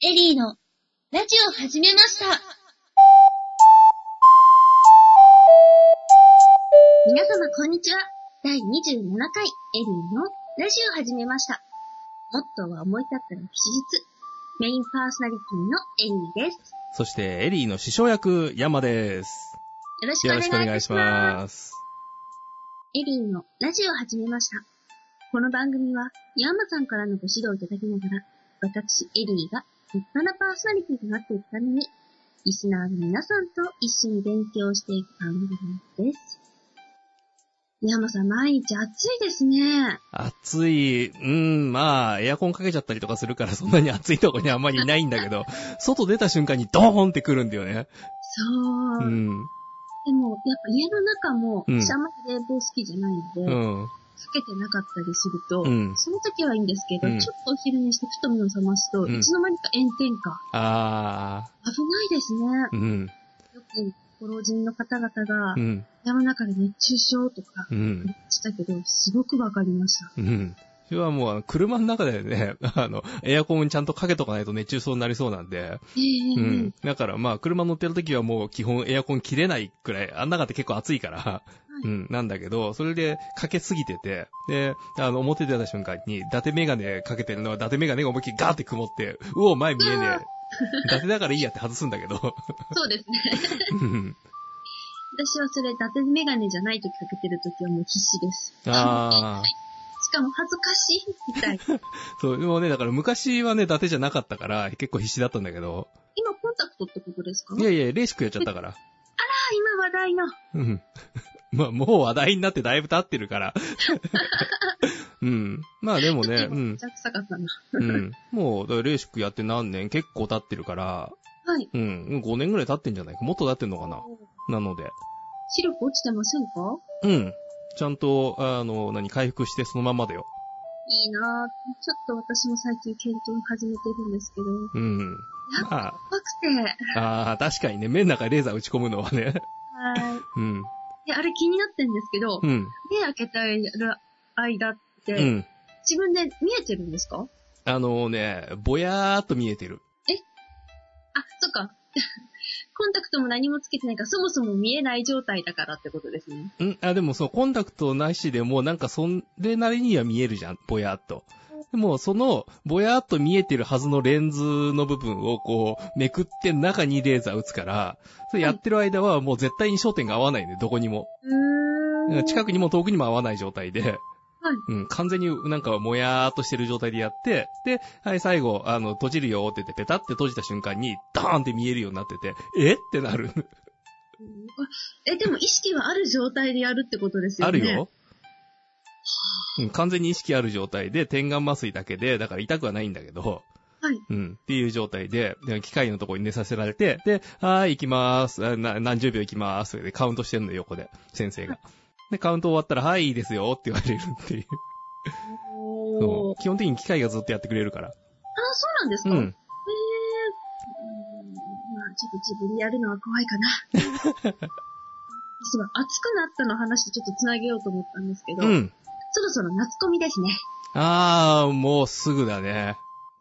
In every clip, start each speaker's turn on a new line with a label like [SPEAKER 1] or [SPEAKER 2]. [SPEAKER 1] エリーのラジオ始めました。皆様こんにちは。第27回エリーのラジオ始めました。モットーは思い立ったら吉日。メインパーソナリティのエリーです。
[SPEAKER 2] そして、エリーの師匠役、ヤマです。
[SPEAKER 1] よろしく
[SPEAKER 2] よろしく
[SPEAKER 1] お
[SPEAKER 2] お
[SPEAKER 1] 願
[SPEAKER 2] 願
[SPEAKER 1] い
[SPEAKER 2] い
[SPEAKER 1] し
[SPEAKER 2] し
[SPEAKER 1] ます。
[SPEAKER 2] ます。
[SPEAKER 1] エリーのラジオを始めました。この番組は、ヤンマさんからのご指導をいただきながら、私、エリーが立派なパーソナリティとなっていくために、リスナーの皆さんと一緒に勉強していく番組です。ヤンマさん、毎日暑いですね。
[SPEAKER 2] 暑い、うん、まあ、エアコンかけちゃったりとかするから、そんなに暑いとこにあんまりいないんだけど、 外出た瞬間にドーンって来るんだよね。
[SPEAKER 1] そう。
[SPEAKER 2] うん。
[SPEAKER 1] でも、やっぱ家の中も、
[SPEAKER 2] うん
[SPEAKER 1] 私あんまり冷房好きじゃないので、
[SPEAKER 2] うん。
[SPEAKER 1] つけてなかったりすると、
[SPEAKER 2] うん
[SPEAKER 1] その時はいいんですけど、
[SPEAKER 2] うん
[SPEAKER 1] ちょっとお昼にしてふと目を覚ますと、
[SPEAKER 2] うん
[SPEAKER 1] いつの間にか炎天下。
[SPEAKER 2] あ
[SPEAKER 1] 危ないですね。
[SPEAKER 2] ー、うん、
[SPEAKER 1] よくご老人の方々が
[SPEAKER 2] う、ん、
[SPEAKER 1] 山の中で熱中症とか
[SPEAKER 2] う、ん、
[SPEAKER 1] したけど、すごくわかりました。
[SPEAKER 2] うん。それはもうあの、車の中でね、 あの、エアコンちゃんとかけとかないと熱中症になりそうなんで、
[SPEAKER 1] ええ
[SPEAKER 2] うん。だからまあ、車乗ってる時はもう基本エアコン切れないくらい、あん中って結構暑いから、
[SPEAKER 1] い
[SPEAKER 2] うん、なんだけど、それでかけすぎてて、で、あの、表出た瞬間に、伊達メガネかけてるのは、伊達メガネが思いっきりガーって曇って、うお、前見えねえ。伊達だからいいやって外すんだけ ど。
[SPEAKER 1] そうですね。
[SPEAKER 2] うん
[SPEAKER 1] 私はそれ、伊達メガネじゃない時かけてる時はもう必死です。
[SPEAKER 2] ああ。
[SPEAKER 1] しかも恥ずかしいみ たい。
[SPEAKER 2] そう、でもね、だから昔はね、伊達じゃなかったから、結構必死だったんだけど、
[SPEAKER 1] 今コンタクトってことですか
[SPEAKER 2] い
[SPEAKER 1] あ
[SPEAKER 2] や、いや、レーシックやっちゃったから。
[SPEAKER 1] 今話題の。
[SPEAKER 2] うん。 まあ、もう話題になってだいぶ経ってる から。うん。まあでもね、う
[SPEAKER 1] め
[SPEAKER 2] ん
[SPEAKER 1] っち。ゃ臭かったな。
[SPEAKER 2] うん。もう、だからレーシックやって何年結構経ってるから、
[SPEAKER 1] はい。
[SPEAKER 2] うん。5年ぐらい経ってんじゃないか。もっと経ってんのかな。なので。
[SPEAKER 1] 視力落ちてませんか
[SPEAKER 2] うん。ちゃんと、あの、何、回復してそのまんまだよ。
[SPEAKER 1] いいなぁ。ちょっと私も最近検討始めてるんですけど、
[SPEAKER 2] うん。ま
[SPEAKER 1] 怖くて。
[SPEAKER 2] あ、ああ、確かにね、目の中にレーザー打ち込むのはね。
[SPEAKER 1] はい。
[SPEAKER 2] うん。
[SPEAKER 1] で、あれ気になってんですけど、
[SPEAKER 2] うん。
[SPEAKER 1] 目開けてる間って、
[SPEAKER 2] うん。
[SPEAKER 1] 自分で見えてるんですか
[SPEAKER 2] あのね、ぼやーっと見えてる。
[SPEAKER 1] あ、そっか。 コンタクトも何もつけてないから、そもそも見えない状態だからってことですね。
[SPEAKER 2] んあ、でもそう、コンタクトなしでも、なんかそれなりには見えるじゃん、ぼやーっと。でも、その、ぼやーっと見えてるはずのレンズの部分をこう、めくって中にレーザー打つから、それやってる間はもう絶対に焦点が合わないね、どこにも。
[SPEAKER 1] う
[SPEAKER 2] 近くにも遠くにも合わない状態で、
[SPEAKER 1] はい
[SPEAKER 2] うん、完全になんかもやーっとしてる状態でやって、で、はい、最後、あの、閉じるよって言って、ペタって閉じた瞬間に、ダーンって見えるようになってて、えってなる。
[SPEAKER 1] え、でも意識はある状態でやるってことですよ
[SPEAKER 2] あ
[SPEAKER 1] ね。
[SPEAKER 2] るよ。うん、完全に意識ある状態で、点眼麻酔だけで、だから痛くはないんだけど、
[SPEAKER 1] はい。
[SPEAKER 2] うん、っていう状態で、で機械のとこに寝させられて、で、はーい、行きまーす、あな何十秒行きまーす、で、カウントしてんの、横で、先生が。で、カウント終わったら、はい、いいですよ、って言われるっていう。そ
[SPEAKER 1] おー
[SPEAKER 2] う基本的に機械がずっとやってくれるから。
[SPEAKER 1] あ、そうなんです
[SPEAKER 2] う
[SPEAKER 1] か、へー
[SPEAKER 2] ん。
[SPEAKER 1] うんまあ、ちょっと自分でやるのは怖い かな。そう、暑くなったの話とちょっと繋げようと思ったんですけど、
[SPEAKER 2] うん。
[SPEAKER 1] そろそろ夏コミですね。
[SPEAKER 2] あー、もうすぐだね。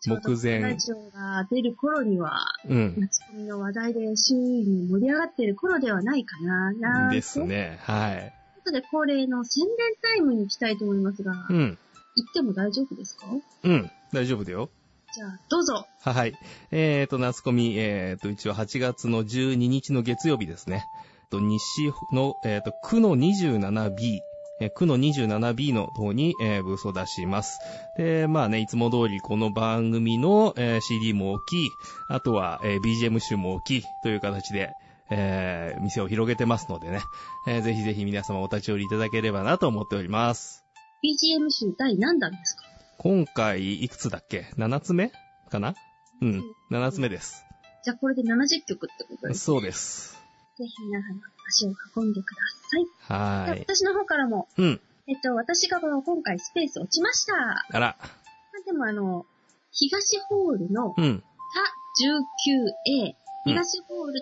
[SPEAKER 2] 目
[SPEAKER 1] ラ
[SPEAKER 2] 前。
[SPEAKER 1] ジオが出る頃には、
[SPEAKER 2] うん。
[SPEAKER 1] 夏コミの話題で周囲に盛り上がっている頃ではないかな、なんて
[SPEAKER 2] です。ね。はい。
[SPEAKER 1] ということで恒例の宣伝タイムに行きたいと思いますが、
[SPEAKER 2] う
[SPEAKER 1] 行
[SPEAKER 2] ん。
[SPEAKER 1] っても大丈夫ですか
[SPEAKER 2] うん。大丈夫だよ。
[SPEAKER 1] じゃあ、どうぞ。
[SPEAKER 2] ははい。えーと、夏コミ、えーと、一応8月の12日の月曜日ですね。と西の、えーと、区の 27B。えー区の 27B の方に、えーブースを出します。で、まあね、いつも通りこの番組の、えー CD も大きい、あとは、えー BGM 集も大きいという形で、えー店を広げてますのでね、えーぜひぜひ皆様お立ち寄りいただければなと思っております。
[SPEAKER 1] BGM 集第何弾ですか
[SPEAKER 2] 今回、いくつだっけ ?7 つ目かなうん、7つ目です。
[SPEAKER 1] じゃあこれで70曲ってことです。
[SPEAKER 2] そうです。
[SPEAKER 1] ぜひ皆さん足を運んでください。
[SPEAKER 2] はーい。
[SPEAKER 1] 私の方からも、
[SPEAKER 2] うん。
[SPEAKER 1] えっと、私が今回スペース落ちました。ま
[SPEAKER 2] あら。
[SPEAKER 1] あ、でもあの、東ホールの
[SPEAKER 2] うん。
[SPEAKER 1] タ 19A、
[SPEAKER 2] うん
[SPEAKER 1] 東ホールタ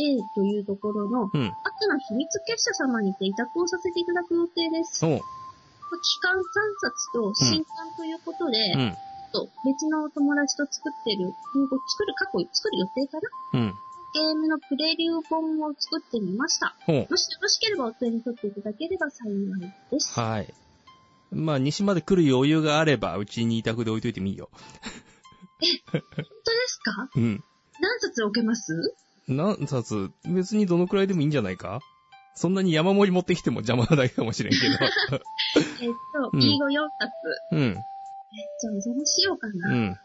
[SPEAKER 1] 19A というところの、
[SPEAKER 2] うん。
[SPEAKER 1] 秋の秘密結社様にて委託をさせていただく予定です。
[SPEAKER 2] おう。
[SPEAKER 1] 期間3冊と新刊ということで、
[SPEAKER 2] うん。
[SPEAKER 1] と別のお友達と作ってる、作る、過去、作る予定かな
[SPEAKER 2] うん。
[SPEAKER 1] ゲームのプレビュー本を作ってみました。
[SPEAKER 2] ほう。
[SPEAKER 1] もしよろしければお手に取っていただければ幸いです。
[SPEAKER 2] はい。まあ、西まで来る余裕があれば、うちに委託で置いといてもいいよ。
[SPEAKER 1] 本当ですか
[SPEAKER 2] うん。
[SPEAKER 1] 何冊置けます
[SPEAKER 2] 何冊、別にどのくらいでもいいんじゃないかそんなに山盛り持ってきても邪魔なだけかもしれんけ ど。
[SPEAKER 1] えっと、
[SPEAKER 2] う
[SPEAKER 1] E54 冊。
[SPEAKER 2] んうん。
[SPEAKER 1] じゃあお邪魔しようかな。
[SPEAKER 2] うん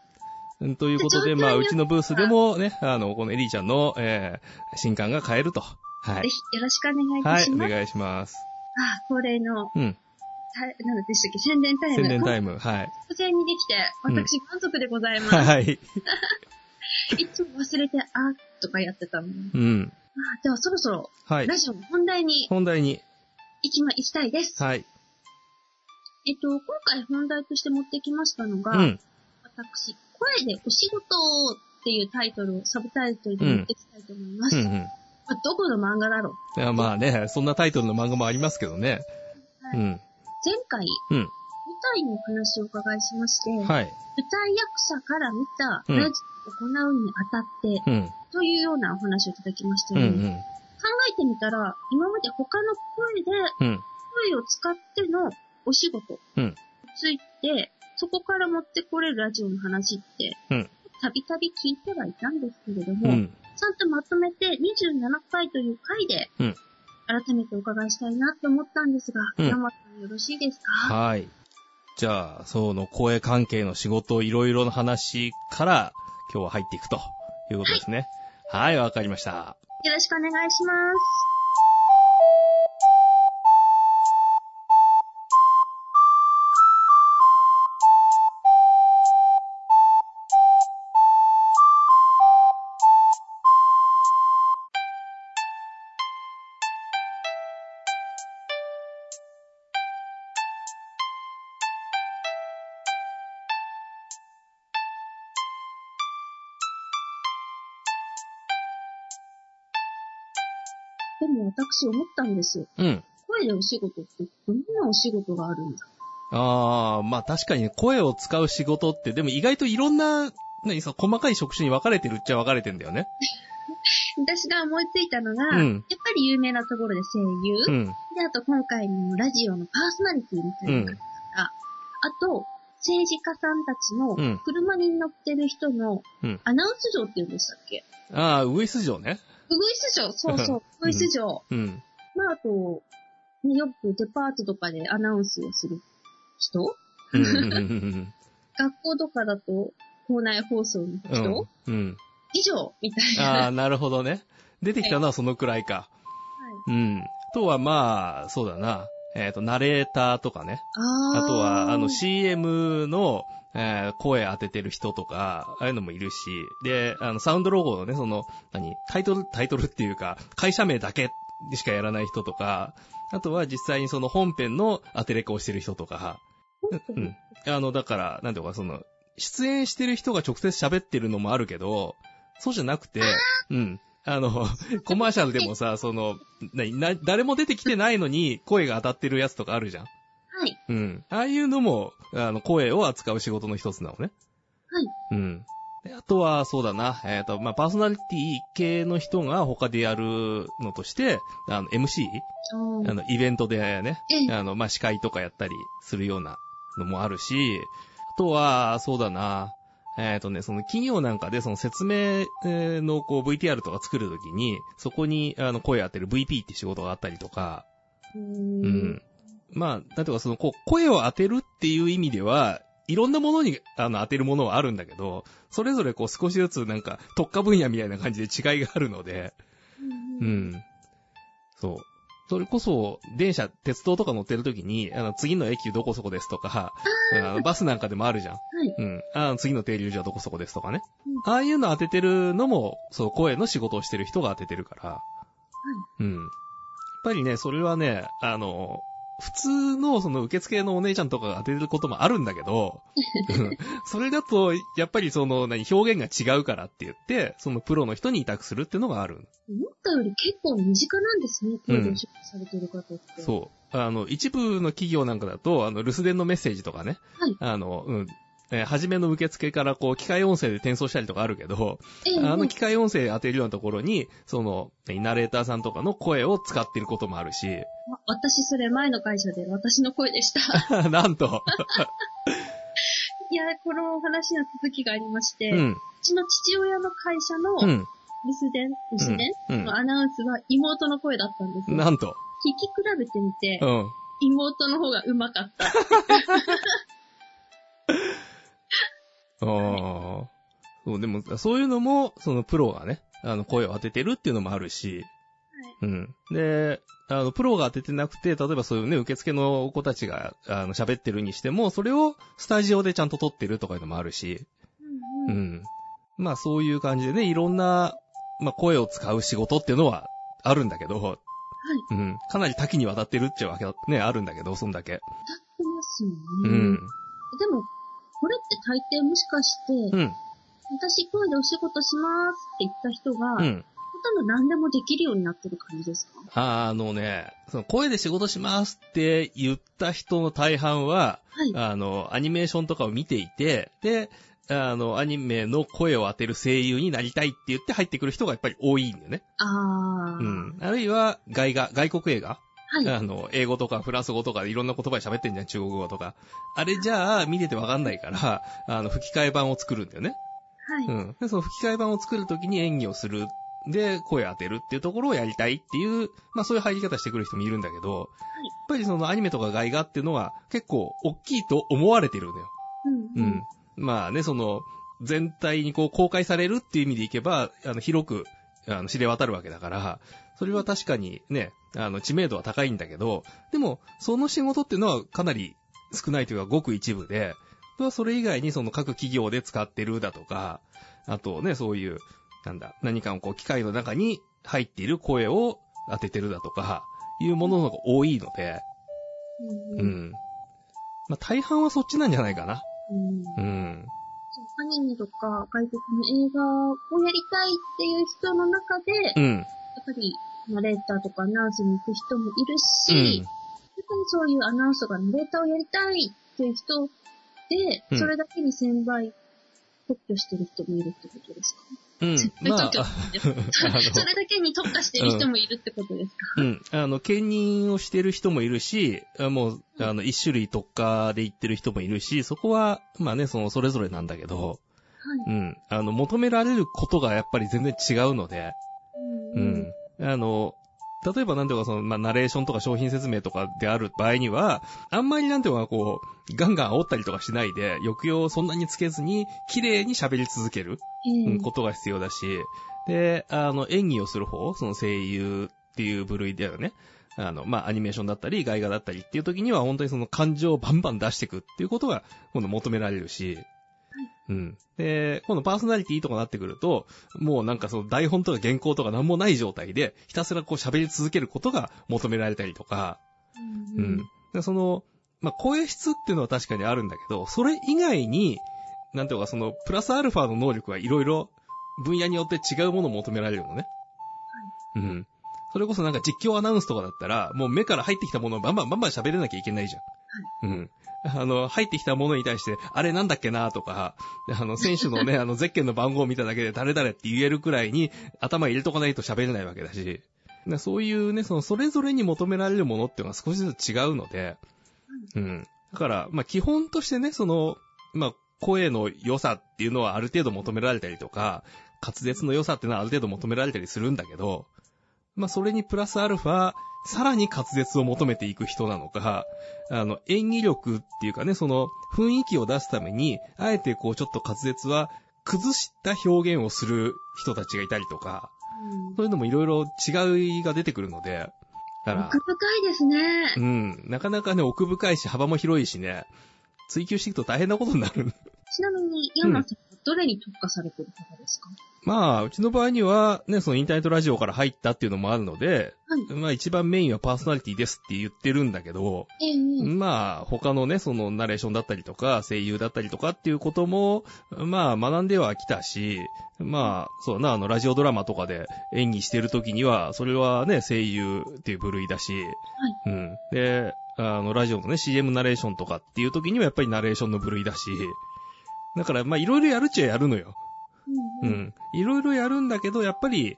[SPEAKER 2] うん。ということで、
[SPEAKER 1] ちょっと
[SPEAKER 2] まあ、
[SPEAKER 1] やっ
[SPEAKER 2] うちのブースでもね、あの、このエリーちゃんの、えー新刊が買えると。は
[SPEAKER 1] ぜ
[SPEAKER 2] い。
[SPEAKER 1] ひよろしくお願いいた
[SPEAKER 2] はい
[SPEAKER 1] し、
[SPEAKER 2] お
[SPEAKER 1] ます。
[SPEAKER 2] 願いします。
[SPEAKER 1] あ、恒例の、
[SPEAKER 2] うん。
[SPEAKER 1] たなんだでしたっけ、宣伝タイム。
[SPEAKER 2] 宣伝タ
[SPEAKER 1] ム。
[SPEAKER 2] イム。はい。
[SPEAKER 1] こちらにできて、
[SPEAKER 2] うん
[SPEAKER 1] 私満足でございます。
[SPEAKER 2] はい。
[SPEAKER 1] いつも忘れて、あ、とかやってたの。ま
[SPEAKER 2] うん。
[SPEAKER 1] あ、ではそろそろ、
[SPEAKER 2] はい。
[SPEAKER 1] ラジオの本題に
[SPEAKER 2] 本題に。
[SPEAKER 1] 行きま、行きたいです。
[SPEAKER 2] はい。
[SPEAKER 1] えっと、今回本題として持ってきましたの
[SPEAKER 2] う
[SPEAKER 1] が、
[SPEAKER 2] ん。
[SPEAKER 1] 私、声でお仕事をっていうタイトルをサブタイトルで持っていきたいと思いま
[SPEAKER 2] う
[SPEAKER 1] す。
[SPEAKER 2] んうん。
[SPEAKER 1] まあどこの漫画だろう。
[SPEAKER 2] いやまあね、そんなタイトルの漫画もありますけどね。
[SPEAKER 1] は
[SPEAKER 2] う
[SPEAKER 1] い
[SPEAKER 2] ん。
[SPEAKER 1] 前回、
[SPEAKER 2] うん。
[SPEAKER 1] 舞台のお話をお伺いしまして、舞台
[SPEAKER 2] はい。
[SPEAKER 1] 役者から見たラジオを行うにあたって、
[SPEAKER 2] うん。
[SPEAKER 1] というようなお話をいただきました
[SPEAKER 2] う
[SPEAKER 1] よ
[SPEAKER 2] んう
[SPEAKER 1] ね、
[SPEAKER 2] ん。
[SPEAKER 1] 考えてみたら、今まで他の声で、
[SPEAKER 2] うん。
[SPEAKER 1] 声を使ってのお仕事
[SPEAKER 2] うん
[SPEAKER 1] について、そこから持ってこれるラジオの話って
[SPEAKER 2] うん、
[SPEAKER 1] たびたび聞いてはいたんですけれど
[SPEAKER 2] う
[SPEAKER 1] も、
[SPEAKER 2] ん。
[SPEAKER 1] ちゃんとまとめて27回という回で
[SPEAKER 2] うん、
[SPEAKER 1] 改めてお伺いしたいなと思ったんですが、
[SPEAKER 2] うん
[SPEAKER 1] 山さんよろしいですか
[SPEAKER 2] はい。じゃあ、その声関係の仕事、いろいろの話から、今日は入っていくということですね。はい、わかりました。
[SPEAKER 1] よろしくお願いします。でも私思ったんです。
[SPEAKER 2] うん。
[SPEAKER 1] 声でお仕事ってどんなお仕事があるんだ
[SPEAKER 2] ああ、まあ確かにね、声を使う仕事って、でも意外といろんな、何さ、細かい職種に分かれてるっちゃ分かれてんだよね。
[SPEAKER 1] 私が思いついたのが、
[SPEAKER 2] うん
[SPEAKER 1] やっぱり有名なところで声優、
[SPEAKER 2] うん。
[SPEAKER 1] で、あと今回のラジオのパーソナリティみた
[SPEAKER 2] う
[SPEAKER 1] いな、
[SPEAKER 2] ん
[SPEAKER 1] あ。と、政治家さんたちの
[SPEAKER 2] うん
[SPEAKER 1] 車に乗ってる人の
[SPEAKER 2] うん
[SPEAKER 1] アナウンス嬢って言うんでしたっけ
[SPEAKER 2] ああ、ウエス城ね。、
[SPEAKER 1] ウグイス嬢そうそうウグイス嬢。
[SPEAKER 2] うん。
[SPEAKER 1] まあ、あと、ね、よくデパートとかでアナウンスをする人
[SPEAKER 2] うんうん うん
[SPEAKER 1] 学校とかだと校内放送の
[SPEAKER 2] うんう
[SPEAKER 1] 人、
[SPEAKER 2] ん。 うん。
[SPEAKER 1] 以上みたいな。
[SPEAKER 2] あ
[SPEAKER 1] は
[SPEAKER 2] あ、なるほどね。出てきたのはそのくらいか。
[SPEAKER 1] い
[SPEAKER 2] うん。あとはまあ、そうだな。えっ、と、ナレーターとかね。
[SPEAKER 1] あ
[SPEAKER 2] あ
[SPEAKER 1] ー
[SPEAKER 2] とは、あの、CM の、えー声当ててる人とか、ああいうのもいるし、で、あの、サウンドロゴのね、その、何、タイトル、タイトルっていうか、会社名だけでしかやらない人とか、あとは実際にその本編のアテレコをしてる人とか、うん。あの、だから、なんていうか、その、出演してる人が直接喋ってるのもあるけど、そうじゃなくて、うん。あの、コマーシャルでもさ、その、な、な、誰も出てきてないのに声が当たってるやつとかあるじゃん。
[SPEAKER 1] はい。
[SPEAKER 2] うん。ああいうのも、あの、声を扱う仕事の一つなのね。
[SPEAKER 1] はい。
[SPEAKER 2] うん。であとは、そうだな、えっ、と、まあ、パーソナリティ系の人が他でやるのとして、あの、MC?
[SPEAKER 1] あー
[SPEAKER 2] あの、イベントでね、
[SPEAKER 1] ええ
[SPEAKER 2] あの、まあ、司会とかやったりするようなのもあるし、あとは、そうだな、えっ、とね、その企業なんかでその説明えーのこう VTR とか作るときに、そこにあの声を当てる VP って仕事があったりとか、
[SPEAKER 1] う
[SPEAKER 2] う
[SPEAKER 1] ーん
[SPEAKER 2] ん。まあ、なんていうかそのこう声を当てるっていう意味では、いろんなものにあの当てるものはあるんだけど、それぞれこう少しずつなんか特化分野みたいな感じで違いがあるので、う
[SPEAKER 1] うん
[SPEAKER 2] ん。そう。それこそ、電車、鉄道とか乗ってる時に、あの、次の駅どこそこですとか、あのバスなんかでもあるじゃん。
[SPEAKER 1] はい。
[SPEAKER 2] うん。あの、次の停留所はどこそこですとかね
[SPEAKER 1] う。
[SPEAKER 2] ああいうの当ててるのも、そう、声の仕事をしてる人が当ててるから。うん。やっぱりね、それはね、あの、普通の、その、受付のお姉ちゃんとかが当てることもあるんだけど、うんそれだと、やっぱりその、何、表現が違うからって言って、その、プロの人に委託するっていうのがある。
[SPEAKER 1] 思ったより結構身近なんですね、プロで仕事されてる方って。
[SPEAKER 2] そう。あの、一部の企業なんかだと、あの、留守電のメッセージとかね。
[SPEAKER 1] はい
[SPEAKER 2] あの、うん。えー初めの受付からこう、機械音声で転送したりとかあるけど、
[SPEAKER 1] ええ
[SPEAKER 2] あ
[SPEAKER 1] え
[SPEAKER 2] の
[SPEAKER 1] え
[SPEAKER 2] 機械音声当てるようなところに、その、ナレーターさんとかの声を使ってることもあるし、
[SPEAKER 1] あ私それ前の会社で私の声でした。
[SPEAKER 2] なんと、
[SPEAKER 1] いや、このお話の続きがありまして、
[SPEAKER 2] う、
[SPEAKER 1] うんちの父親の会社の
[SPEAKER 2] う
[SPEAKER 1] 留
[SPEAKER 2] ん、
[SPEAKER 1] 守電、留守電
[SPEAKER 2] うん
[SPEAKER 1] のアナウンスは妹の声だったんですよ。
[SPEAKER 2] なんと、
[SPEAKER 1] 聞き比べてみて
[SPEAKER 2] う、ん。
[SPEAKER 1] 妹の方が上手かった。
[SPEAKER 2] ああ。そう、でも、そういうのも、そのプロがね、あの、声を当ててるっていうのもあるし、うん。で、あの、プロが当ててなくて、例えばそういうね、受付の子たちが、あの、喋ってるにしても、それをスタジオでちゃんと撮ってるとかいうのもあるし、
[SPEAKER 1] うん
[SPEAKER 2] う
[SPEAKER 1] うん
[SPEAKER 2] ん。まあ、そういう感じでね、いろんな、まあ、声を使う仕事っていうのはあるんだけど、うん。かなり多岐にわたってるっていうわけだ、ね、あるんだけど、そんだけ。
[SPEAKER 1] 歌ってますよね。
[SPEAKER 2] うん。
[SPEAKER 1] でも、これって大抵もしかして、
[SPEAKER 2] うん。
[SPEAKER 1] 私声でお仕事しますって言った人が、
[SPEAKER 2] うん。
[SPEAKER 1] ほとんど何でもできるようになってる感じですか
[SPEAKER 2] ああのね、その声で仕事しますって言った人の大半は、
[SPEAKER 1] はい。
[SPEAKER 2] あの、アニメーションとかを見ていて、で、あの、アニメの声を当てる声優になりたいって言って入ってくる人がやっぱり多いんだよね。
[SPEAKER 1] あー。
[SPEAKER 2] うん。あるいは、外画、外国映画、
[SPEAKER 1] はい。
[SPEAKER 2] あの、英語とかフランス語とかでいろんな言葉で喋ってんじゃん、中国語とか。あれじゃあ、見ててわかんないから、あの、吹き替え版を作るんだよね。
[SPEAKER 1] はい。
[SPEAKER 2] うん。で、その吹き替え版を作るときに演技をする。で、声当てるっていうところをやりたいっていう、まあそういう入り方してくる人もいるんだけど、やっぱりそのアニメとか外画っていうのは結構大きいと思われてるんだよ。
[SPEAKER 1] う。
[SPEAKER 2] うんん。まあね、その、全体にこう公開されるっていう意味でいけば、あの、広く、あの、知れ渡るわけだから、それは確かにね、あの、知名度は高いんだけど、でも、その仕事っていうのはかなり少ないというか、ごく一部で、それはそれ以外にその各企業で使ってるだとか、あとね、そういう、なんだ、何かをこう、機械の中に入っている声を当ててるだとか、いうものの方が多いので、
[SPEAKER 1] うん。う
[SPEAKER 2] う
[SPEAKER 1] ん。
[SPEAKER 2] ん。まあ、大半はそっちなんじゃないかな。
[SPEAKER 1] うん
[SPEAKER 2] うん。
[SPEAKER 1] そうアニメとか外国の映画をやりたいっていう人の中で、やっ
[SPEAKER 2] うん。
[SPEAKER 1] ぱりナレーターとかアナウンスに行く人もいる
[SPEAKER 2] う
[SPEAKER 1] し、
[SPEAKER 2] ん。
[SPEAKER 1] 特にそういうアナウンスとかナレーターをやりたいっていう人
[SPEAKER 2] う
[SPEAKER 1] で、
[SPEAKER 2] ん
[SPEAKER 1] それだけに1000倍特許してる人もいるってことですか、
[SPEAKER 2] うん
[SPEAKER 1] 絶。対
[SPEAKER 2] ま
[SPEAKER 1] 特
[SPEAKER 2] あ、
[SPEAKER 1] 許してるんですか、
[SPEAKER 2] あの
[SPEAKER 1] それだけに特化してる人もいるってことですか、
[SPEAKER 2] うん。あの、兼任をしてる人もいるし、あもう、あの、一種類特化で言ってる人もいるし、そこは、まあね、その、それぞれなんだけど、
[SPEAKER 1] はい。
[SPEAKER 2] うん。あの、求められることがやっぱり全然違うので、う
[SPEAKER 1] うん
[SPEAKER 2] ん。あの、例えばなんていうか、その、まあ、ナレーションとか商品説明とかである場合には、あんまりなんていうか、こう、ガンガン煽ったりとかしないで、抑揚をそんなにつけずに、綺麗に喋り続ける。
[SPEAKER 1] え
[SPEAKER 2] う
[SPEAKER 1] え
[SPEAKER 2] んことが必要だし、で、あの、演技をする方、その声優っていう部類だよね。あの、まあ、アニメーションだったり、外画だったりっていう時には、本当にその感情をバンバン出していくっていうことが、今度求められるし、うん。で、今度パーソナリティとかなってくると、もうなんかその台本とか原稿とか何もない状態で、ひたすらこう喋り続けることが求められたりとか、
[SPEAKER 1] う
[SPEAKER 2] うんん。でその、まあ、声質っていうのは確かにあるんだけど、それ以外に、なんていうかその、プラスアルファの能力はいろいろ分野によって違うものを求められるのね。うん。それこそなんか実況アナウンスとかだったら、もう目から入ってきたものをバンバンバンバン喋れなきゃいけないじゃん。うん。あの、入ってきたものに対して、あれなんだっけなとか、あの、選手のね、あの、ゼッケンの番号を見ただけで誰々って言えるくらいに頭入れとかないと喋れないわけだし。でそういうね、その、それぞれに求められるものっていうのは少しずつ違うので、うん。だから、まあ、基本としてね、その、まあ、声の良さっていうのはある程度求められたりとか、滑舌の良さっていうのはある程度求められたりするんだけど、まあ、それにプラスアルファ、さらに滑舌を求めていく人なのか、あの、演技力っていうかね、その、雰囲気を出すために、あえてこう、ちょっと滑舌は崩した表現をする人たちがいたりとか、そういうのもいろいろ違いが出てくるので、だから
[SPEAKER 1] 奥、深いですね。
[SPEAKER 2] うん、なかなかね、奥深いし、幅も広いしね、追求していくと大変なことになる。
[SPEAKER 1] ちなみに、山さんはどれに特化されてる方ですか、
[SPEAKER 2] まあ、うちの場合には、ね、そのインターネットラジオから入ったっていうのもあるので、
[SPEAKER 1] はい。
[SPEAKER 2] まあ一番メインはパーソナリティですって言ってるんだけど、
[SPEAKER 1] ええええ
[SPEAKER 2] まあ、他のね、そのナレーションだったりとか、声優だったりとかっていうことも、まあ、学んではきたし、まあ、そうだな、あの、ラジオドラマとかで演技してる時には、それはね、声優っていう部類だし、うん。で、あの、ラジオのね、CM ナレーションとかっていう時には、やっぱりナレーションの部類だし、だから、まあ、いろいろやるっちゃやるのよ。
[SPEAKER 1] う。
[SPEAKER 2] うんん。いろいろやるんだけど、やっぱり、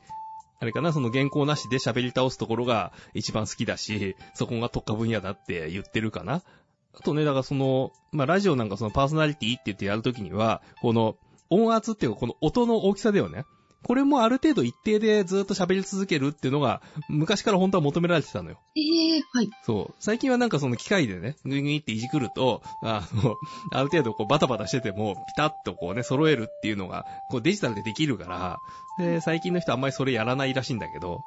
[SPEAKER 2] あれかな、その原稿なしで喋り倒すところが一番好きだし、そこが特化分野だって言ってるかな。あとね、だからその、まあ、ラジオなんかそのパーソナリティって言ってやるときには、この音圧っていうか、この音の大きさだよね。これもある程度一定でずっと喋り続けるっていうのが、昔から本当は求められてたのよ。
[SPEAKER 1] ええはい。
[SPEAKER 2] そう。最近はなんかその機械でね、グイグイっていじくると、あの、ある程度こうバタバタしてても、ピタッとこうね、揃えるっていうのが、こうデジタルでできるから、で、最近の人あんまりそれやらないらしいんだけど、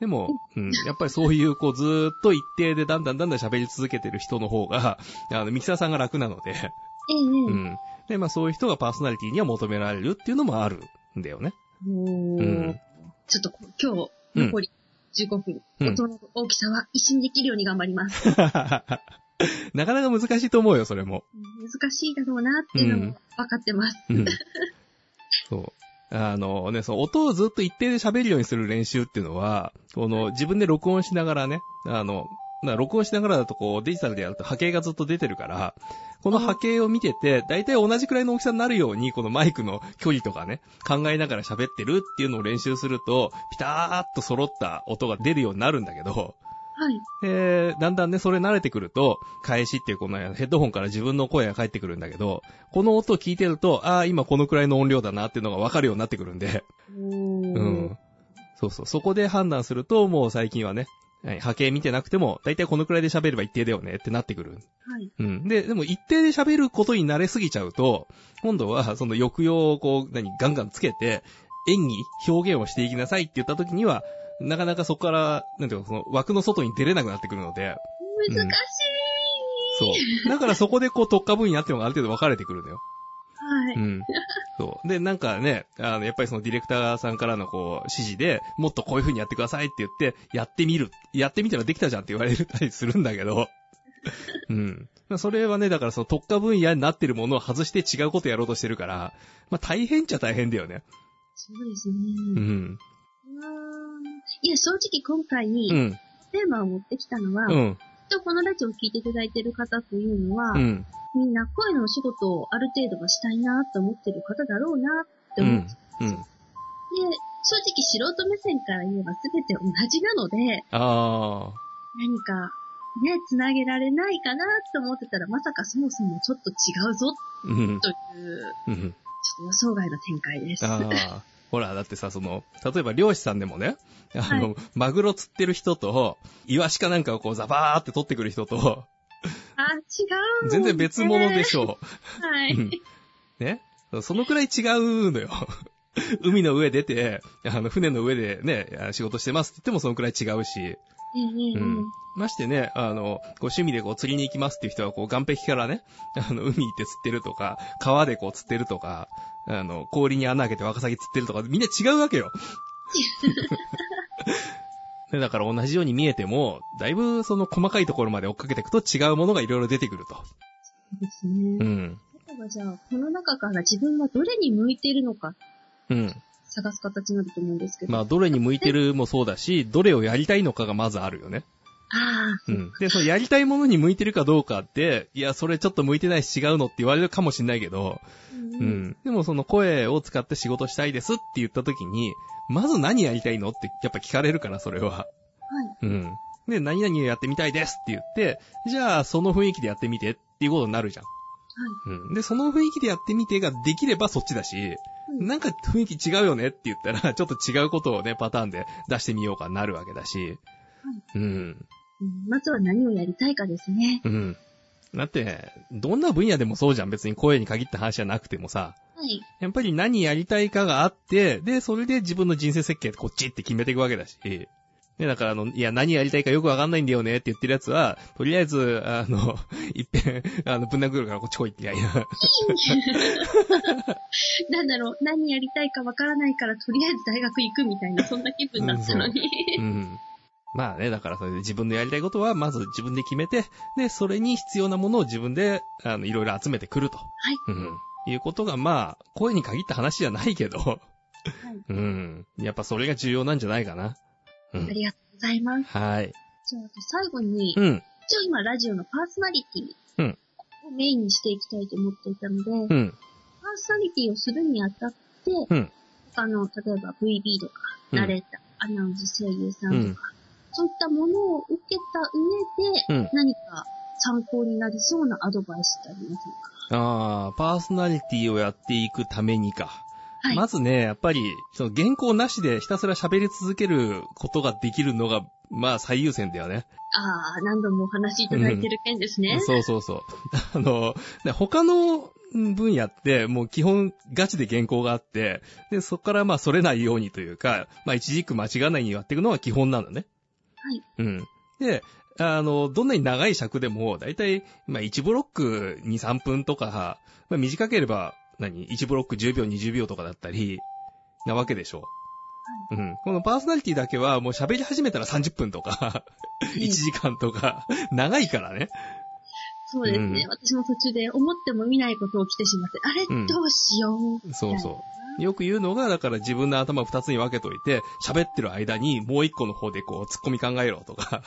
[SPEAKER 2] でも、うん、やっぱりそういうこうずーっと一定でだんだんだんだん喋り続けてる人の方が、あの、ミキサーさんが楽なので、
[SPEAKER 1] ええ
[SPEAKER 2] う。ん。で、まあそういう人がパーソナリティには求められるっていうのもあるんだよね。
[SPEAKER 1] おー
[SPEAKER 2] うん
[SPEAKER 1] ちょっとこう今日、残り15分、
[SPEAKER 2] うん
[SPEAKER 1] 音の大きさは一緒にできるように頑張ります。
[SPEAKER 2] なかなか難しいと思うよ、それも。
[SPEAKER 1] 難しいだろうなっていうのも分かってます。
[SPEAKER 2] うん。そう。あのね、そう、音をずっと一定で喋るようにする練習っていうのは、この、自分で録音しながらね、あの、な録音しながらだとこう、デジタルでやると波形がずっと出てるから、この波形を見てて、だいたい同じくらいの大きさになるように、このマイクの距離とかね、考えながら喋ってるっていうのを練習すると、ピターっと揃った音が出るようになるんだけど、
[SPEAKER 1] はい。
[SPEAKER 2] で、だんだんね、それ慣れてくると、返しっていうこのヘッドホンから自分の声が返ってくるんだけど、この音を聞いてると、ああ、今このくらいの音量だなっていうのがわかるようになってくるんで、
[SPEAKER 1] おー
[SPEAKER 2] うん。そうそう、そこで判断すると、もう最近はね、はい波形見てなくても、だいたいこのくらいで喋れば一定だよねってなってくる。
[SPEAKER 1] はい。
[SPEAKER 2] うん。で、でも一定で喋ることに慣れすぎちゃうと、今度はその抑揚をこう、何、ガンガンつけて、演技、表現をしていきなさいって言った時には、なかなかそこから、なんていうか、その枠の外に出れなくなってくるので、ん
[SPEAKER 1] 難しい、
[SPEAKER 2] そう。だからそこでこう特化分野っていうのがある程度分かれてくるのよ。
[SPEAKER 1] はい。
[SPEAKER 2] うん。そう。で、なんかね、あの、やっぱりそのディレクターさんからのこう、指示で、もっとこういう風にやってくださいって言って、やってみる。やってみたらできたじゃんって言われたりするんだ けど。うん。まあ、それはね、だからその特化分野になってるものを外して違うことやろうとしてるから、まあ、大変っちゃ大変だよね。
[SPEAKER 1] そうですね。う
[SPEAKER 2] う。
[SPEAKER 1] んいや、正直今回、
[SPEAKER 2] うん。
[SPEAKER 1] テーマを持ってきたのは、
[SPEAKER 2] う
[SPEAKER 1] きっ
[SPEAKER 2] ん。
[SPEAKER 1] とこのラジオを聴いていただいている方というのは、
[SPEAKER 2] うん。
[SPEAKER 1] みんな声のお仕事をある程度はしたいなと思ってる方だろうなって
[SPEAKER 2] う
[SPEAKER 1] 思って、
[SPEAKER 2] ん。うん。
[SPEAKER 1] で正直素人目線から言えば全て同じなので、
[SPEAKER 2] あ
[SPEAKER 1] 何かね、繋げられないかなと思ってたら、まさかそもそもちょっと違うぞ
[SPEAKER 2] ー。うん。
[SPEAKER 1] という、
[SPEAKER 2] うん。
[SPEAKER 1] ちょっと予想外の展開です。
[SPEAKER 2] ああ。ほら、だってさ、その、例えば漁師さんでもね、あの、
[SPEAKER 1] は
[SPEAKER 2] マグロ釣ってる人と、イワシかなんかをこうザバーって取ってくる人と、
[SPEAKER 1] あ、違う、
[SPEAKER 2] 全然別物で
[SPEAKER 1] し
[SPEAKER 2] しょ
[SPEAKER 1] ょ。は
[SPEAKER 2] う
[SPEAKER 1] い。
[SPEAKER 2] ん。ねそのくらい違うのよ。 海の上出て、あの、船の上でね、あ仕事してますって言ってもそのくらい違うし、
[SPEAKER 1] ええええ
[SPEAKER 2] うんましてね、あの、こう趣味でこう釣りに行きますっていう人は、こう岸壁からね、あの、海行って釣ってるとか、川でこう釣ってるとか、あの、氷に穴開けてワカサギ釣ってるとか、みんな違うわけよ。でだから同じように見えても、だいぶその細かいところまで追っかけていくと違うものがいろいろ出てくると。
[SPEAKER 1] です
[SPEAKER 2] う
[SPEAKER 1] ね。
[SPEAKER 2] ん。
[SPEAKER 1] 例えばじゃあ、この中から自分はどれに向いているのか
[SPEAKER 2] うん。
[SPEAKER 1] 探す形になると思うんですけど。
[SPEAKER 2] ま
[SPEAKER 1] あ
[SPEAKER 2] あ、どれに向いてるもそうだし、どれをやりたいのかがまずあるよね。
[SPEAKER 1] あー、
[SPEAKER 2] うん。で、そのやりたいものに向いてるかどうかって、いや、それちょっと向いてないし違うのって言われるかもしんないけど、
[SPEAKER 1] うん
[SPEAKER 2] う。ん。でもその声を使って仕事したいですって言った時に、まず何やりたいのってやっぱ聞かれるから、それは。
[SPEAKER 1] はい。
[SPEAKER 2] うん。で、何々をやってみたいですって言って、じゃあその雰囲気でやってみてっていうことになるじゃん。うん。で、その雰囲気でやってみてができればそっちだし、
[SPEAKER 1] うん
[SPEAKER 2] なんか雰囲気違うよねって言ったら、ち ょっと違うことをね、パターンで出してみようかなるわけだし。うん。
[SPEAKER 1] うんまずは何をやりたいかですね。
[SPEAKER 2] うん。だって、どんな分野でもそうじゃん。別に声に限った話じゃなくてもさ。
[SPEAKER 1] はい。
[SPEAKER 2] やっぱり何やりたいかがあって、で、それで自分の人生設計こっちって決めていくわけだし。で、だからあの、いや、何やりたいかよくわかんないんだよねって言ってるやつは、とりあえず、あの、 いっぺん、あの、ぶん殴るからこっち来いって、いやい や、
[SPEAKER 1] なんだろう、何やりたいかわからないから、とりあえず大学行くみたいな、そんな気分だったのに。
[SPEAKER 2] うん。まあね、だからそれで自分のやりたいことは、まず自分で決めて、で、それに必要なものを自分で、あの、いろいろ集めてくると。
[SPEAKER 1] い
[SPEAKER 2] うん。いうことが、まあ、声に限った話じゃないけど、うん。やっぱそれが重要なんじゃないかな。う
[SPEAKER 1] あ
[SPEAKER 2] ん。
[SPEAKER 1] りがとうございます。
[SPEAKER 2] はい。
[SPEAKER 1] じゃあ、最後に、
[SPEAKER 2] うん。
[SPEAKER 1] 一応今、ラジオのパーソナリティ
[SPEAKER 2] うん
[SPEAKER 1] をメインにしていきたいと思っていたので、
[SPEAKER 2] うん。
[SPEAKER 1] パーソナリティをするにあたって、
[SPEAKER 2] うん
[SPEAKER 1] あの、例えば VB とか、
[SPEAKER 2] うん
[SPEAKER 1] ナレーター、アナウンス声優さんとか、そういったものを受けた上で、
[SPEAKER 2] うん
[SPEAKER 1] 何か参考になりそうなアドバイスってありませんか
[SPEAKER 2] ああ、パーソナリティをやっていくためにか。
[SPEAKER 1] はい。
[SPEAKER 2] まずね、やっぱり、その原稿なしでひたすら喋り続けることができるのが、まあ最優先だよね。
[SPEAKER 1] ああ、何度もお話しいただいてる件ですね。
[SPEAKER 2] そうそうそう。 あの、ね他のうん分野って、もう基本ガチで原稿があって、で、そこからまあそれないようにというか、まあ一軸間違わないようにやっていくのが基本なんだね。
[SPEAKER 1] はい。
[SPEAKER 2] うん。で、あの、どんなに長い尺でも、だいたい、まあ1ブロック2、3分とか、まあ短ければ、何 ?1 ブロック10秒、20秒とかだったり、なわけでしょう。うん。このパーソナリティだけはもう喋り始めたら30分とか、1時 間とか、長いからね。
[SPEAKER 1] そうですね、
[SPEAKER 2] うん
[SPEAKER 1] 私も途中で思っても見ないこと起きてしまって、あれ、
[SPEAKER 2] うん
[SPEAKER 1] どうしよう。
[SPEAKER 2] そうそう。よく言うのが、だから自分の頭を二つに分けといて、喋ってる間にもう一個の方でこう、突っ込み考えろ とか。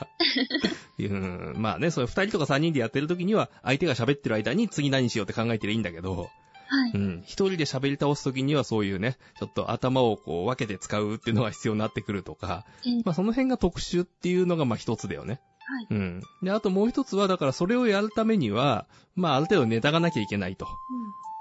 [SPEAKER 2] うん、まあね、それ二人とか三人でやってる時には、相手が喋ってる間に次何しようって考えてりゃいいんだけど、
[SPEAKER 1] はい。
[SPEAKER 2] うん、一人で喋り倒す時にはそういうね、ちょっと頭をこう、分けて使うっていうのが必要になってくるとか、
[SPEAKER 1] えー
[SPEAKER 2] まあその辺が特殊っていうのがまあ一つだよね。
[SPEAKER 1] はい。
[SPEAKER 2] うん。で、あともう一つは、だからそれをやるためには、まあある程度ネタがなきゃいけないと。と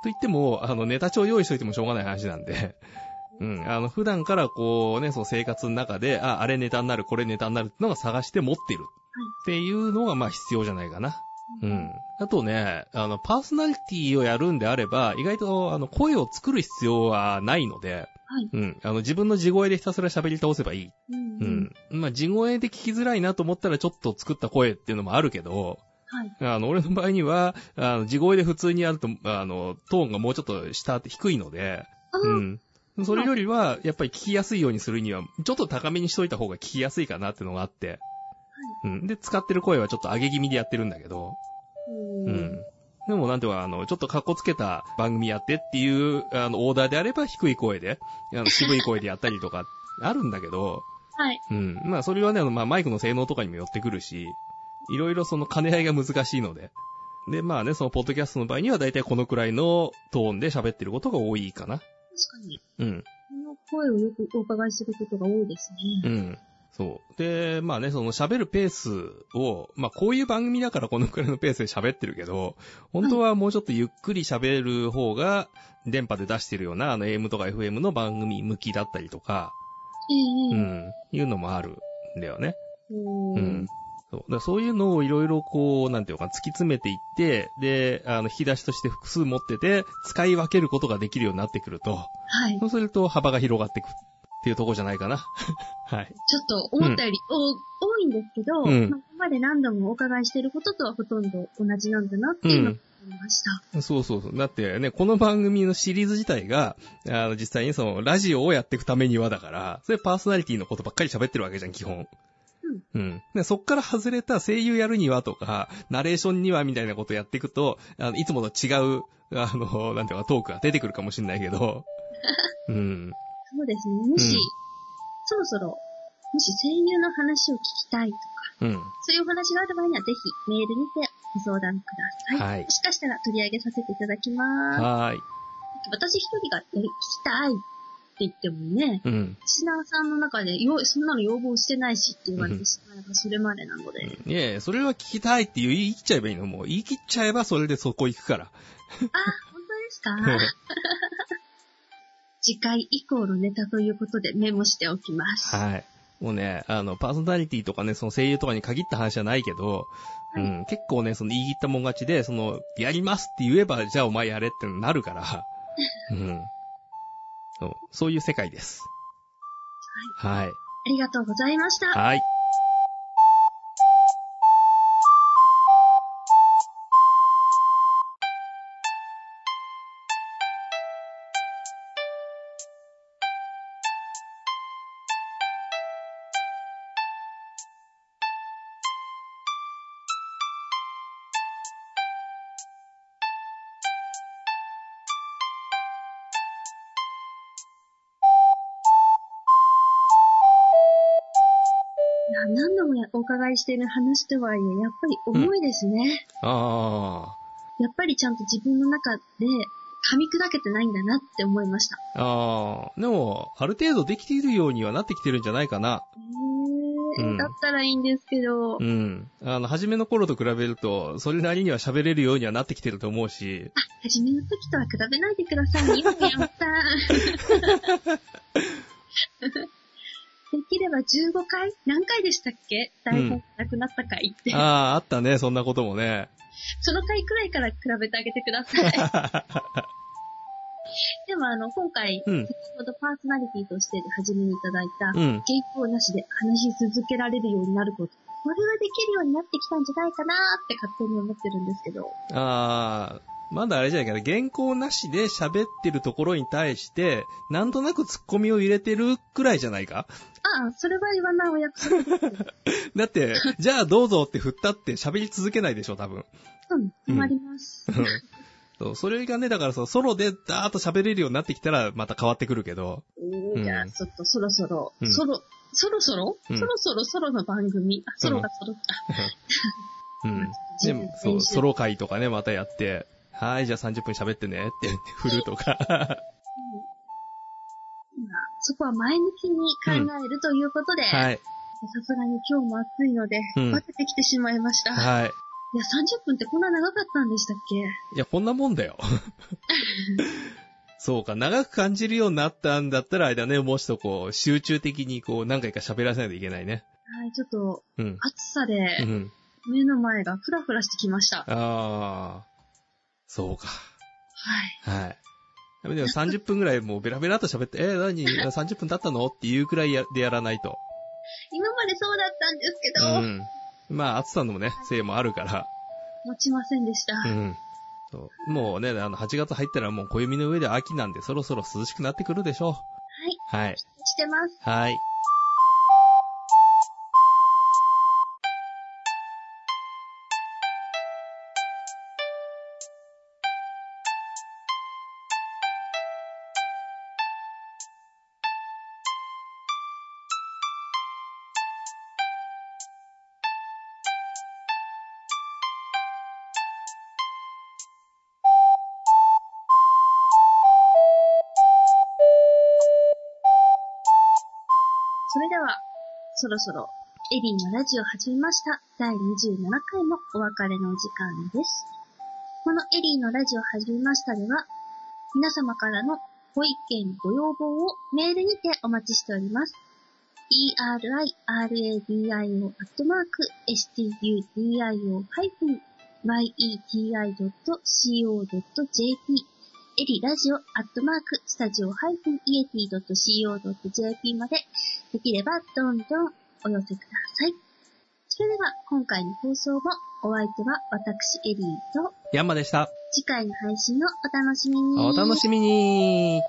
[SPEAKER 2] 言っても、あの、ネタ帳用意しといてもしょうがない話なんで、 うん、あの、普段からこうね、その生活の中で、あ、あれネタになる、これネタになるってのが探して持ってる。っていうのが、まあ必要じゃないかな。
[SPEAKER 1] う。
[SPEAKER 2] うんん。あとね、あの、パーソナリティをやるんであれば、意外と、あの、声を作る必要はないので、
[SPEAKER 1] はい。
[SPEAKER 2] うん。あの、自分の地声でひたすら喋り倒せばいい。
[SPEAKER 1] うん。
[SPEAKER 2] うん。まあ、地声で聞きづらいなと思ったら、ちょっと作った声っていうのもあるけど、
[SPEAKER 1] はい。
[SPEAKER 2] あの、俺の場合には、あの、地声で普通にやると、あの、トーンがもうちょっと下って低いので、
[SPEAKER 1] あ
[SPEAKER 2] う
[SPEAKER 1] ー
[SPEAKER 2] ん。それよりは、やっぱり聞きやすいようにするには、ちょっと高めにしといた方が聞きやすいかなってのがあって、うん。で、使ってる声はちょっと上げ気味でやってるんだけど、
[SPEAKER 1] う
[SPEAKER 2] うんん。でもなんていうか、あの、ちょっと格好つけた番組やってっていう、あの、オーダーであれば低い声で、あの渋い声でやったりとか、あるんだけど、
[SPEAKER 1] はい。
[SPEAKER 2] うん。まあ、それはね、あのまあ、マイクの性能とかにもよってくるし、いろいろその兼ね合いが難しいので。で、まあね、そのポッドキャストの場合には大体このくらいのトーンで喋ってることが多いかな。
[SPEAKER 1] 確かに、
[SPEAKER 2] うん。
[SPEAKER 1] この声をよくお伺いすることが多いです
[SPEAKER 2] う
[SPEAKER 1] ね。
[SPEAKER 2] ん。そう。で、まあね、その喋るペースを、まあこういう番組だからこのくらいのペースで喋ってるけど、本当はもうちょっとゆっくり喋る方が、電波で出してるような、あの AM とか FM の番組向きだったりとか、う
[SPEAKER 1] ええええ
[SPEAKER 2] ん、いうのもあるんだよね。
[SPEAKER 1] う
[SPEAKER 2] うんん。そうだからそういうのをいろいろこう、なんていうのか、突き詰めていって、で、あの、引き出しとして複数持ってて、使い分けることができるようになってくると、
[SPEAKER 1] はい。
[SPEAKER 2] そうすると幅が広がってくっていうとこじゃないかな。 はい。
[SPEAKER 1] ちょっと思ったよりお多いんですけど、
[SPEAKER 2] うん
[SPEAKER 1] まあここまで何度もお伺いしてることとはほとんど同じなんだなっていうのを思いました。
[SPEAKER 2] そうそうそう。だってね、この番組のシリーズ自体が、あの、実際にその、ラジオをやっていくためにはだから、それパーソナリティのことばっかり喋ってるわけじゃん、基本。うん。でそっから外れた声優やるにはとか、ナレーションにはみたいなことやっていくと、あの、いつもと違う、あの、なんていうか、トークが出てくるかもしんないけ ど。うん。
[SPEAKER 1] そうですね。もし、
[SPEAKER 2] うん
[SPEAKER 1] そろそろ、もし声優の話を聞きたいとか、
[SPEAKER 2] うん。
[SPEAKER 1] そういうお話がある場合には、ぜひメールにてご相談ください。
[SPEAKER 2] はい
[SPEAKER 1] もしかしたら取り上げさせていただきます。
[SPEAKER 2] はーい。
[SPEAKER 1] 私一人がやり聞きたいって言ってもね、
[SPEAKER 2] うん。
[SPEAKER 1] シナーさんの中で、よ、そんなの要望してないしって言われてしまえばそれまでなので、
[SPEAKER 2] いやいやそれは聞きたいっていう言い切っちゃえばいいの。もう言い切っちゃえばそれでそこ行くから。
[SPEAKER 1] あ、本当ですか次回以降のネタということでメモしておきます。
[SPEAKER 2] はい。もうね、あの、パーソナリティとかね、その声優とかに限った話じゃないけど、
[SPEAKER 1] は
[SPEAKER 2] う
[SPEAKER 1] い
[SPEAKER 2] ん、結構ね、その言い切ったもん勝ちで、その、やりますって言えば、じゃあお前やれってなるから、うん。そうそういう世界です。はい。
[SPEAKER 1] ありがとうございました。
[SPEAKER 2] はい。
[SPEAKER 1] いや何度もやお伺いしている話とはいえ、やっぱり重いですね。
[SPEAKER 2] あ
[SPEAKER 1] やっぱりちゃんと自分の中で噛み砕けてないんだなって思いました。
[SPEAKER 2] ああ、でも、ある程度できているようにはなってきてるんじゃないかな。
[SPEAKER 1] へ
[SPEAKER 2] うん
[SPEAKER 1] ー、だったらいいんですけど、
[SPEAKER 2] うん。あの、初めの頃と比べると、それなりには喋れるようにはなってきてると思うし、
[SPEAKER 1] あ、初めの時とは比べないでくださいね、今やった。 できれば15回何回でしたっけ台本なくなった回って。
[SPEAKER 2] ああ、あったね、そんなこともね。
[SPEAKER 1] その回くらいから比べてあげてくだ さい。でもあの、今回、
[SPEAKER 2] うん
[SPEAKER 1] 先ほどパーソナリティとして初めにいただいた、
[SPEAKER 2] うん。
[SPEAKER 1] ゲイポーなしで話し続けられるようになること。これはできるようになってきたんじゃないかなーって勝手に思ってるんですけど。
[SPEAKER 2] ああ、まだあれじゃないかな、原稿なしで喋ってるところに対して、なんとなくツッコミを入れてるくらいじゃないか
[SPEAKER 1] ああ、それは言わないお約束。
[SPEAKER 2] だって、じゃあどうぞって振ったって喋り続けないでしょ、多分。
[SPEAKER 1] うん、困ります。
[SPEAKER 2] うんそうそれがね、だからそうソロでダーッと喋れるようになってきたら、また変わってくるけど。
[SPEAKER 1] うん じゃあ、ちょっとそろそろ、
[SPEAKER 2] うん
[SPEAKER 1] ソロ、そろそろ、
[SPEAKER 2] うん
[SPEAKER 1] そろそろソロの番組。あ、ソロが揃った。
[SPEAKER 2] うん。でも、そう、ソロ会とかね、またやって、はい、じゃあ30分喋ってねって 言って振るとか。
[SPEAKER 1] 今そこは前向きに考えるということで、さ
[SPEAKER 2] はい。
[SPEAKER 1] すがに今日も暑いので、
[SPEAKER 2] うん
[SPEAKER 1] バテてきてしまいました。いや、
[SPEAKER 2] はい。
[SPEAKER 1] 30分ってこんな長かったんでしたっけ
[SPEAKER 2] いや、こんなもんだ よ。そうか、長く感じるようになったんだったら、あれだね、もうちょっとこう、集中的にこう、何回か喋らせないといけないね。
[SPEAKER 1] はい、ちょっと、
[SPEAKER 2] うん。
[SPEAKER 1] 暑さ
[SPEAKER 2] う
[SPEAKER 1] で、
[SPEAKER 2] ん。
[SPEAKER 1] 目の前がフラフラしてきました。は
[SPEAKER 2] ああ、そうか。
[SPEAKER 1] い。
[SPEAKER 2] はい。でもでも30分ぐらいもうベラベラっと喋って、えー、何 ?30 分経ったのっていうくらいやでやらないと。
[SPEAKER 1] 今までそうだったんですけ
[SPEAKER 2] う
[SPEAKER 1] ど、
[SPEAKER 2] ん。まあ、暑さのね、せいもあるから。
[SPEAKER 1] 持ちませんでした。
[SPEAKER 2] うん。そうもうね、あの、8月入ったらもう暦の上では秋なんで、そろそろ涼しくなってくるでしょ
[SPEAKER 1] はい、
[SPEAKER 2] う。はい。
[SPEAKER 1] してます。
[SPEAKER 2] はい。
[SPEAKER 1] それでは、そろそろ、エリーのラジオ始めました。第27回のお別れのお時間です。このエリーのラジオ始めましたでは、皆様からのご意見、ご要望をメールにてお待ちしております。eriradio.studio-yeti.co.jp エリラジオアットマークスタジオ -et.co.jp までできればどんどんお寄せください。それでは今回の放送もお相手は私エリーと
[SPEAKER 2] ヤンマでした。
[SPEAKER 1] 次回の配信をお楽しみに。
[SPEAKER 2] お楽しみに